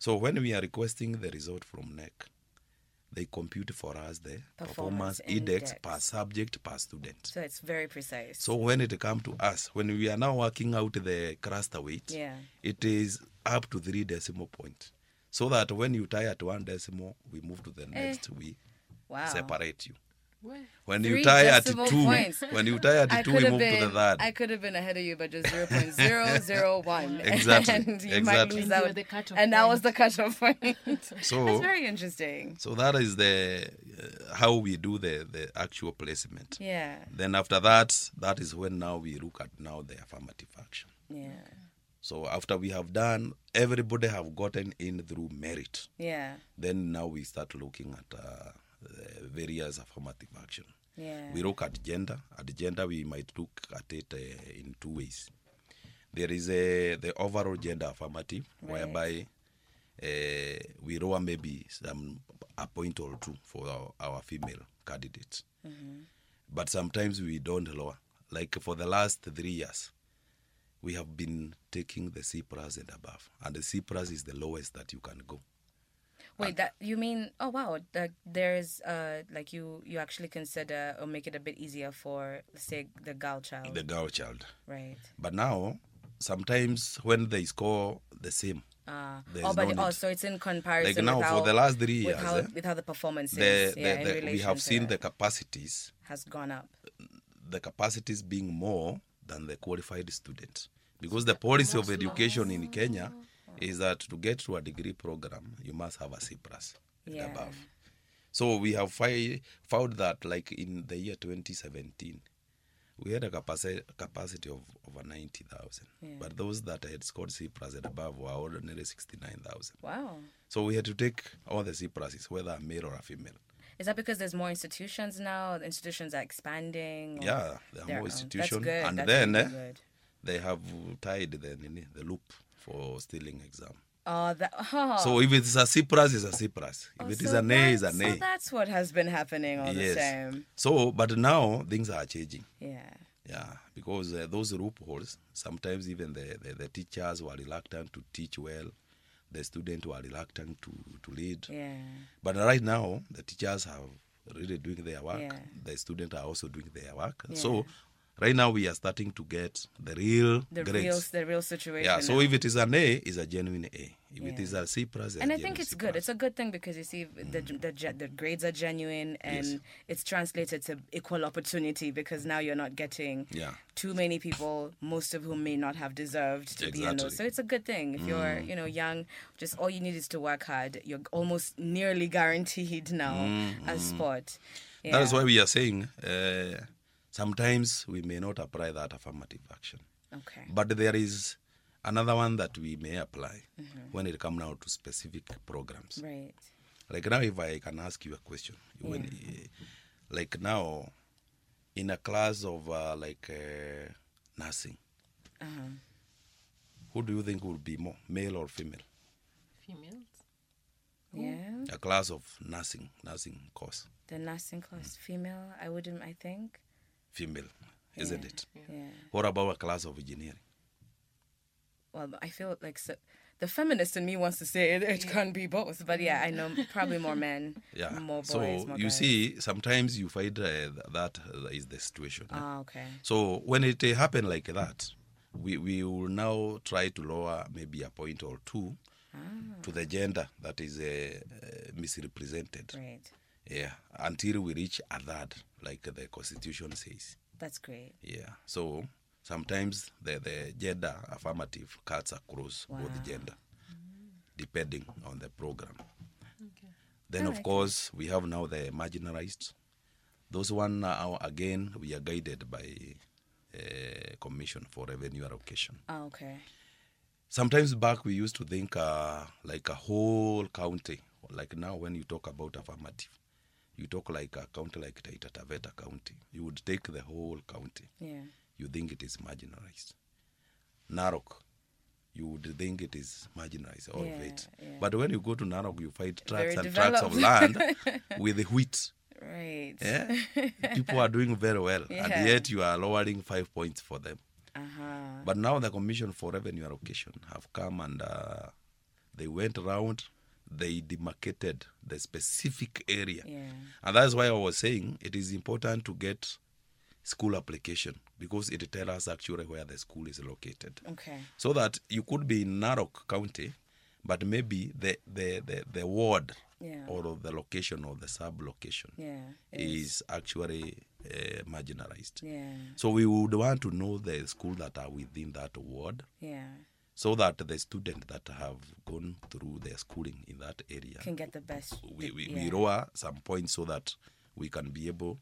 S4: So when we are requesting the result from NEC, they compute for us the
S2: Performance
S4: performance, index,
S2: index.
S4: per subject per student.
S2: So it's very precise.
S4: So when it comes to us, when we are now working out the cluster weight,
S2: Yeah.
S4: it is up to three decimal point. So that when you tie at one decimal, we move to the next, we
S2: Eh. wow.
S4: separate you.
S3: Well,
S4: When
S2: Three
S4: you tie at two,
S2: decimal points.
S4: when you tie at
S2: I
S4: two,
S2: could
S4: we
S2: have
S4: move to
S2: been
S4: the third.
S2: I could have been ahead of you by just 0.001.
S4: Exactly,
S2: and you might
S4: exactly.
S2: lose
S4: And
S3: you
S2: out.
S3: were the cutoff
S2: and that was the
S3: point.
S2: cutoff point.
S4: So-
S2: That's very interesting.
S4: So that is the uh, how we do the the actual placement.
S2: Yeah.
S4: Then after that, that is when now we look at now the affirmative action.
S2: Yeah.
S4: So after we have done, everybody have gotten in through merit.
S2: Yeah.
S4: Then now we start looking at uh, the various affirmative action.
S2: Yeah.
S4: We look at gender. At gender, we might look at it uh, in two ways. There is a, the overall gender affirmative, whereby uh, we roll maybe some a point or two for our, our female candidates. But sometimes we don't lower. Like for the last three years, we have been taking the C plus and above, and the C plus is the lowest that you can go.
S2: Wait, that you mean? Oh wow, that there's uh like you you actually consider or make it a bit easier for say the girl child,
S4: The girl child.
S2: right?
S4: But now, sometimes when they score the same,
S2: Uh,
S4: There's
S2: oh, but
S4: no
S2: oh,
S4: need.
S2: so it's in comparison.
S4: Like now,
S2: with
S4: for
S2: how-
S4: the last three
S2: with
S4: years,
S2: how,
S4: eh,
S2: with how the performances,
S4: the,
S2: yeah,
S4: the,
S2: in
S4: the, we
S2: relation
S4: have
S2: to
S4: seen the
S2: that
S4: capacities,
S2: has gone up.
S4: the capacities being more than the qualified student. Because the policy of education in Kenya is that to get to a degree program, you must have a C plus and
S2: Yeah.
S4: above. So we have fi- found that, like in the year 2017, we had a capaci- capacity of over 90,000. But those that had scored C plus and above were ordinarily 69,000.
S2: Wow,
S4: So we had to take all the C pluses, whether a male or a female.
S2: is that because there's more institutions now? The Institutions are expanding. or
S4: Yeah, there
S2: their
S4: are more
S2: own?
S4: institution,
S2: That's good.
S4: and
S2: that's
S4: then,
S2: really
S4: eh,
S2: good.
S4: They have tied the, nini, the loop for stealing exam.
S2: oh, that, oh,
S4: So if it's a C plus, it's a C plus. If it is
S2: so
S4: an A, it's
S2: that's-
S4: an
S2: So
S4: A.
S2: that's what has been happening all
S4: yes.
S2: the time.
S4: So, but now things are changing.
S2: Yeah.
S4: Yeah, because uh, those loopholes, sometimes even the, the, the teachers were reluctant to teach well, the students were reluctant to, to lead.
S2: Yeah.
S4: But right now, the teachers have really doing their work.
S2: Yeah.
S4: The students are also doing their work. So right now we are starting to get the real
S2: the
S4: grades.
S2: real the real situation.
S4: yeah. So
S2: now.
S4: if it is an A, it's a genuine A. If it
S2: Yeah.
S4: is Mm. a C plus, a
S2: and I
S4: genuine
S2: think it's
S4: C
S2: good.
S4: plus.
S2: It's a good thing because you see the the, ge- the grades are genuine and it's translated to equal opportunity because now you're not getting
S4: Yeah.
S2: too many people, most of whom may not have deserved to be in
S4: Exactly. Mm.
S2: those. So it's a good thing if you're you know young. Just all you need is to work hard. You're almost nearly guaranteed now a spot. Yeah.
S4: Mm-hmm. That is why we are saying uh, sometimes we may not apply that affirmative action.
S2: Okay.
S4: But there is another one that we may apply when it comes now to specific programs.
S2: Mm-hmm. Right.
S4: Like now, if I can ask you a question, when, eh, like now, in a class of uh, like uh, nursing,
S2: Uh-huh.
S4: who do you think would be more, male or female?
S3: Females.
S2: Yeah.
S4: A class of nursing, nursing course,
S2: The nursing class, female. I wouldn't. I think.
S4: female, isn't it?
S2: Yeah.
S4: What about a class of engineering?
S2: well, I feel like so, the feminist in me wants to say it, it can't be both, but yeah, I know probably more men,
S4: Yeah.
S2: more boys.
S4: so
S2: more
S4: you
S2: guys.
S4: see, sometimes you find uh, th- that uh, is the situation.
S2: Ah, okay.
S4: So when it uh, happen like that, we, we will now try to lower maybe a point or two
S2: Ah.
S4: to the gender that is uh, uh, misrepresented.
S2: Great.
S4: Yeah, until we reach a third, like the constitution says.
S2: That's great.
S4: Yeah. So sometimes the, the gender affirmative cuts across both gender, depending on the program.
S3: Okay.
S4: Then, of course, we have now the marginalized. Those one are again we are guided by uh, Commission for Revenue Allocation.
S2: Ah, okay.
S4: Sometimes back we used to think uh, like a whole county. Like now, when you talk about affirmative, you talk like a county like Taita Taveta County. You would take the whole county.
S2: Yeah.
S4: You think it is marginalized. Narok, you would think it is marginalized, all of
S2: Yeah,
S4: it.
S2: yeah.
S4: But when you go to Narok, you find tracts
S2: Very
S4: and tracts of
S2: developed.
S4: land with wheat.
S2: Right.
S4: Yeah? People are doing very well,
S2: Yeah.
S4: and yet you are lowering five points for them.
S2: Uh huh.
S4: But now the Commission for Revenue Allocation have come and uh, they went around, they demarcated the specific area.
S2: Yeah.
S4: And that's why I was saying it is important to get school application because it tells us actually where the school is located.
S2: Okay.
S4: So that you could be in Narok County, but maybe the, the, the, the ward
S2: Yeah.
S4: or the location or the sub location
S2: Yeah.
S4: is actually uh, marginalized.
S2: Yeah.
S4: So we would want to know the school that are within that ward
S2: Yeah.
S4: so that the student that have gone through their schooling in that area,
S2: Can get the best.
S4: we, we,
S2: yeah.
S4: we lower some points so that we can be able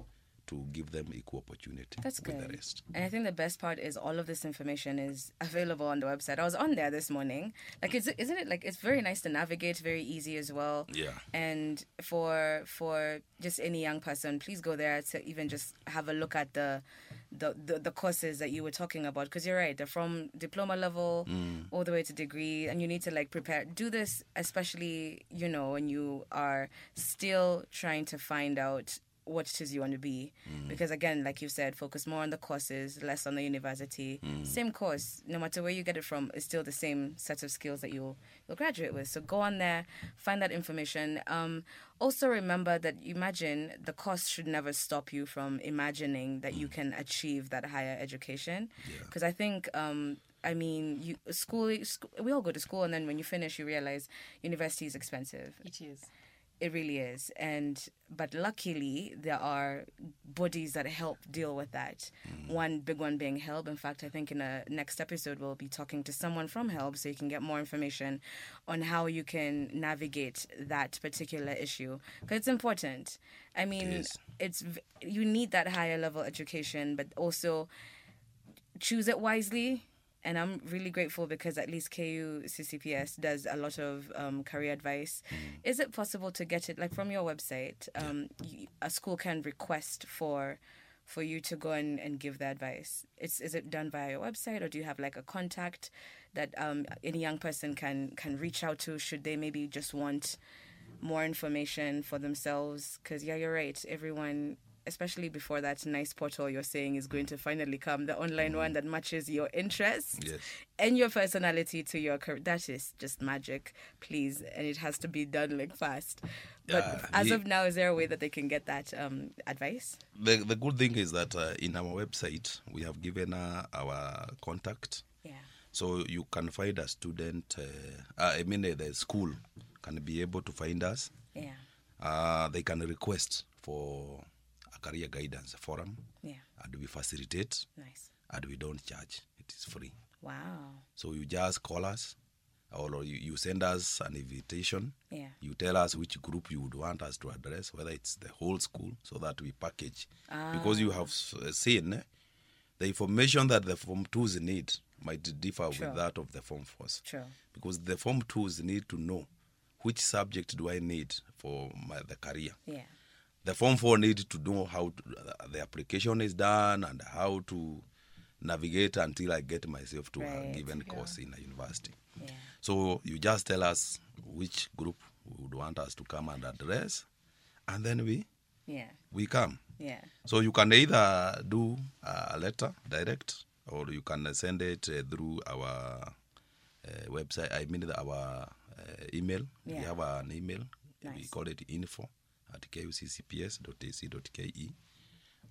S4: to give them equal opportunity
S2: That's
S4: with
S2: good.
S4: the rest.
S2: And I think the best part is all of this information is available on the website. I was on there this morning. Like, it's, isn't it like it's very nice to navigate, very easy as well.
S4: Yeah.
S2: And for for just any young person, please go there to even just have a look at the the the, the courses that you were talking about. Because you're right, they're from diploma level
S4: Mm.
S2: all the way to degree, and you need to like prepare. Do this especially you know when you are still trying to find out what it is you want to be. Because again, like you said, focus more on the courses, less on the university. Same course, no matter where you get it from, it's still the same set of skills that you'll you'll graduate with. So go on there, find that information. Um, also remember that imagine the course should never stop you from imagining that you can achieve that higher education. Because I think um, I mean, you school, school. We all go to school, and then when you finish, you realize university is expensive.
S3: It is.
S2: It really is. And but luckily there are bodies that help deal with that. One big one being HELB. In fact, I think in a next episode we'll be talking to someone from HELB so you can get more information on how you can navigate that particular issue because it's important. I mean,
S4: is.
S2: it's v- you need that higher level education, but also choose it wisely. And I'm really grateful because at least KU CCPS does a lot of um, career advice. Is it possible to get it like from your website? Um, you, a school can request for for you to go and, and give the advice. It's is it done via your website or do you have like a contact that um, any young person can can reach out to should they maybe just want more information for themselves? Because yeah, you're right. Everyone especially before that nice portal you're saying is going to finally come, the online one that matches your interests
S4: Mm-hmm. Yes.
S2: and your personality to your career. That is just magic, please. And it has to be done like fast. But
S4: Yeah,
S2: as
S4: ye-
S2: of now, is there a way that they can get that um, advice?
S4: The, the good thing is that uh, in our website, we have given uh, our contact.
S2: Yeah.
S4: So you can find a student, uh, uh, I mean, uh, the school can be able to find us.
S2: Yeah.
S4: Uh, they can request for a career guidance forum,
S2: Yeah.
S4: and we facilitate,
S2: Nice.
S4: and we don't charge. It is free.
S2: Wow.
S4: So you just call us, or you, you send us an invitation.
S2: Yeah.
S4: You tell us which group you would want us to address, whether it's the whole school, so that we package. Because
S2: Ah.
S4: you have s- uh, seen eh, the information that the Form 2s need might differ
S2: Sure.
S4: with that of the Form 4s.
S2: True.
S4: Because the Form 2s need to know which subject do I need for my, the career.
S2: Yeah.
S4: The Form 4 need to know how to, uh, the application is done and how to navigate until I get myself to
S2: Right.
S4: a given course in a university.
S2: Yeah.
S4: So you just tell us which group we would want us to come and address, and then we
S2: Yeah.
S4: we come.
S2: Yeah.
S4: So you can either do a letter direct, or you can send it uh, through our uh, website. I mean the- our uh, email. We
S2: Yeah.
S4: have an email. We
S2: Nice.
S4: call it info at kuccps.ac.ke, E.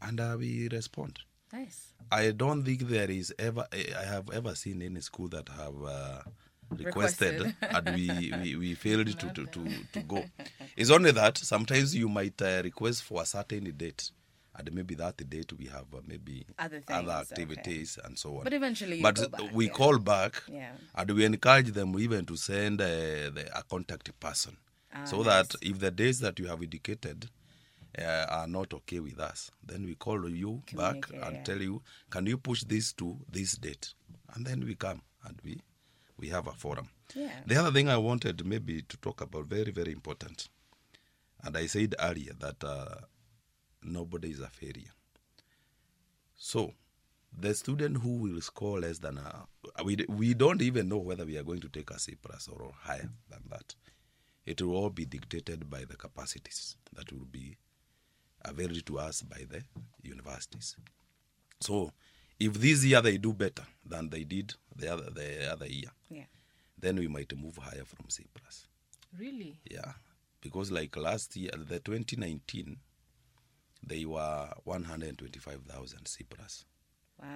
S4: and uh, we respond.
S2: Nice.
S4: I don't think there is ever I I have ever seen any school that have uh, requested,
S2: Requested.
S4: and we, we, we failed to, to, to, to go. It's only that sometimes you might uh, request for a certain date, and maybe that date we have uh, maybe
S2: Other things,
S4: other
S2: okay.
S4: activities and so on.
S2: But eventually you
S4: but
S2: go back,
S4: we
S2: yeah.
S4: call back,
S2: Yeah.
S4: and we encourage them even to send uh, the, a contact person,
S2: Ah,
S4: so that if the dates that you have indicated. Uh, are not okay with us, then we call you back
S2: Communicate,
S4: and
S2: yeah.
S4: tell you, can you push this to this date? And then we come and we we have a forum.
S2: Yeah.
S4: The other thing I wanted maybe to talk about, very, very important, and I said earlier that uh, nobody is a failure. So the student who will score less than a, we, d- we don't even know whether we are going to take a C plus or higher than that. It will all be dictated by the capacities that will be available to us by the universities. So, if this year they do better than they did the other, the other year,
S2: Yeah.
S4: then we might move higher from C plus.
S3: Really?
S4: Yeah, because like last year, the 2019, they were 125,000 C plus.
S2: Wow.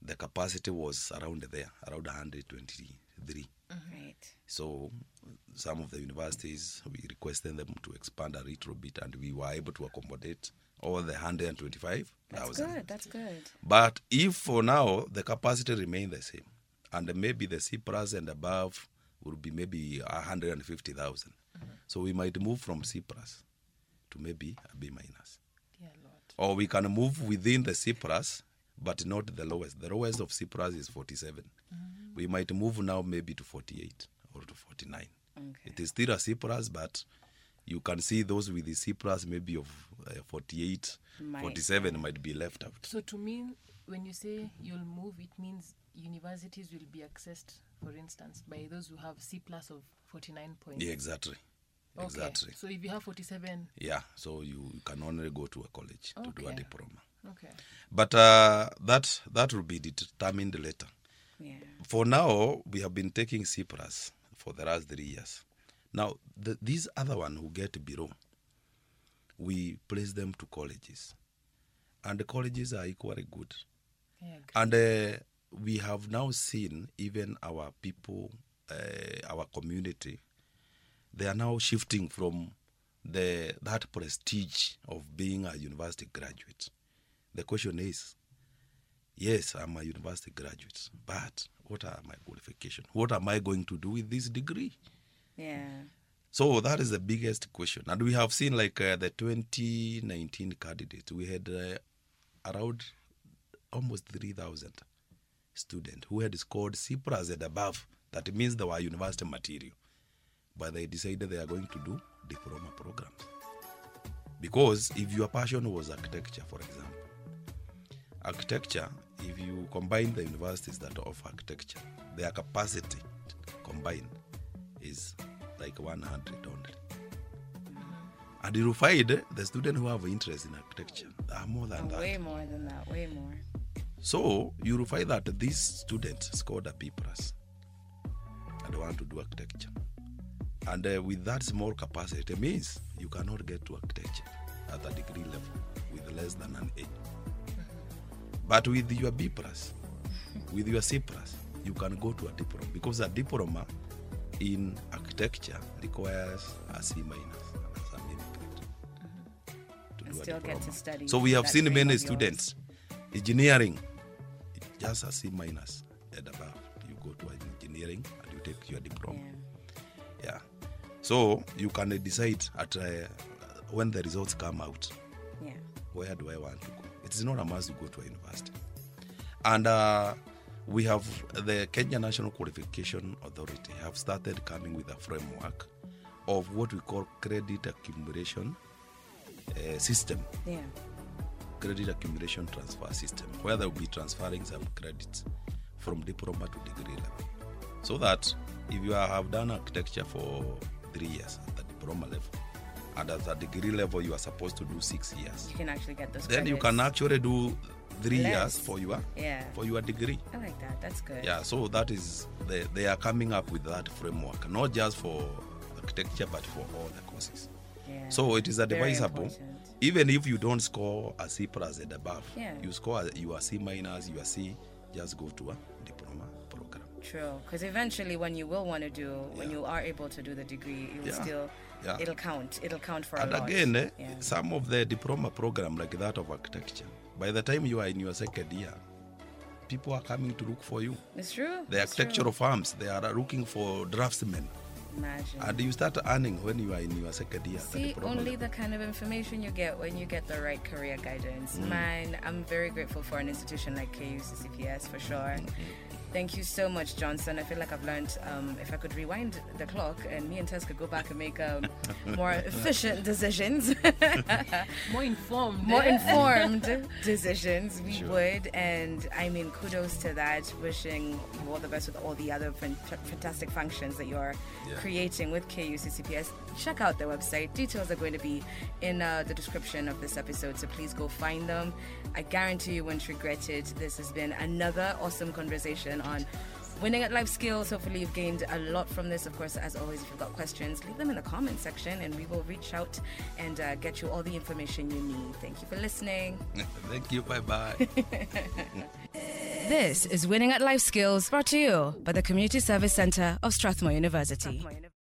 S4: The capacity was around there, around 123.
S2: Right.
S4: So some of the universities we requested them to expand a little bit, and we were able to accommodate all the
S2: That's
S4: 125,000.
S2: good. That's good.
S4: But if for now the capacity remain the same, and maybe the C plus and above will be maybe 150,000, so we might move from C plus to maybe a B minus,
S3: Dear Lord.
S4: or we can move within the C plus, but not the lowest. The lowest of C plus is 47.
S2: Mm-hmm.
S4: We might move now maybe to 48 or to 49.
S2: Okay.
S4: It is still a C plus, but you can see those with the C plus maybe of uh, 48,
S2: Might,
S4: 47 might be left out.
S3: So to me, when you say you'll move, it means universities will be accessed, for instance, by those who have C plus of 49 points.
S4: Yeah, exactly.
S3: Okay.
S4: Exactly.
S3: So if you have 47,
S4: Yeah, so you, you can only go to a college to do a
S3: Okay.
S4: diploma.
S3: okay.
S4: But uh, that that will be determined later.
S2: Yeah.
S4: For now, we have been taking CPRAS for the last three years. Now, the, these other one who get below, we place them to colleges. And the colleges are equally good.
S3: Yeah, agree.
S4: And uh, we have now seen even our people, uh, our community, they are now shifting from the that prestige of being a university graduate. The question is, yes, I'm a university graduate, but what are my qualifications? What am I going to do with this degree?
S2: Yeah.
S4: So that is the biggest question. And we have seen like uh, the 2019 candidates, we had uh, around almost 3,000 students who had scored C plus and above. That means they were university material. But they decided they are going to do diploma programs. Because if your passion was architecture, for example, architecture, if you combine the universities that offer architecture, their capacity combined is like 100 only. And you will find the students who have interest in architecture are more than that.
S2: Oh, Way more than that. Way more.
S4: So you will find that these students scored a B plus and want to do architecture. And uh, with that small capacity means you cannot get to architecture at a degree level with less than an A. But with your B plus, with your C plus, you can go to a diploma because a diploma in architecture requires a C minus as a minimum to
S2: And
S4: do a
S2: still get to
S4: diploma.
S2: study
S4: So we have
S2: that
S4: seen
S2: dream
S4: many
S2: of yours.
S4: students engineering it just a C minus and above. You go to engineering and you take your diploma.
S2: Yeah.
S4: Yeah. So you can uh, decide at uh, when the results come out
S2: Yeah.
S4: where do I want to go? It is not a must to go to a university. And uh, we have the Kenya National Qualification Authority have started coming with a framework of what we call credit accumulation uh, system,
S2: Yeah.
S4: credit accumulation transfer system, where they'll be transferring some credits from diploma to degree level. So that if you are- have done architecture for three years at the diploma level, and at the degree level you are supposed to do six years
S2: You can actually get those.
S4: then you can
S2: credits.
S4: actually do three
S2: Less.
S4: years for your
S2: Yeah.
S4: for your degree
S2: I like that. That's good.
S4: yeah so that is they, they are coming up with that framework not just for architecture but for all the courses
S2: Yeah.
S4: so it is
S2: Very
S4: advisable
S2: important.
S4: even if you don't score a c plus and above
S2: Yeah.
S4: you score a- your c minus your c just go to a diploma program
S2: True, because eventually, when you will want to do, when
S4: Yeah.
S2: you are able to do the degree, it will
S4: Yeah.
S2: still,
S4: Yeah.
S2: it'll count. It'll count for
S4: and
S2: a lot.
S4: again eh,
S2: yeah.
S4: some of the diploma program like that of architecture by the time you are in your second year people are coming to look for you
S2: it's true.
S4: the
S2: it's true.
S4: architectural firms they are looking for draftsmen
S2: Imagine.
S4: and you start earning when you are in your second year at the
S2: See,
S4: diploma
S2: only the
S4: level.
S2: kind of information you get when you get the right career guidance. Man, I'm very grateful for an institution like KUCCPS for sure. Thank you so much, Johnson. I feel like I've learned um, if I could rewind the clock and me and Tess could go back and make um, more efficient decisions,
S3: More informed.
S2: more
S3: eh?
S2: informed decisions, we
S4: Sure.
S2: would. And I mean, kudos to that. Wishing you all the best with all the other fan- fantastic functions that you're
S4: Yeah.
S2: creating with KUCCPS. Check out their website. Details are going to be in uh, the description of this episode, so please go find them. I guarantee you won't regret it. This has been another awesome conversation on. Winning at life skills. Hopefully, you've gained a lot from this. Of course, as always, if you've got questions, leave them in the comment section and we will reach out and uh, get you all the information you need. Thank you for listening.
S4: thank you bye bye
S2: This is Winning at Life Skills brought to you by the Community Service Centre of Strathmore University.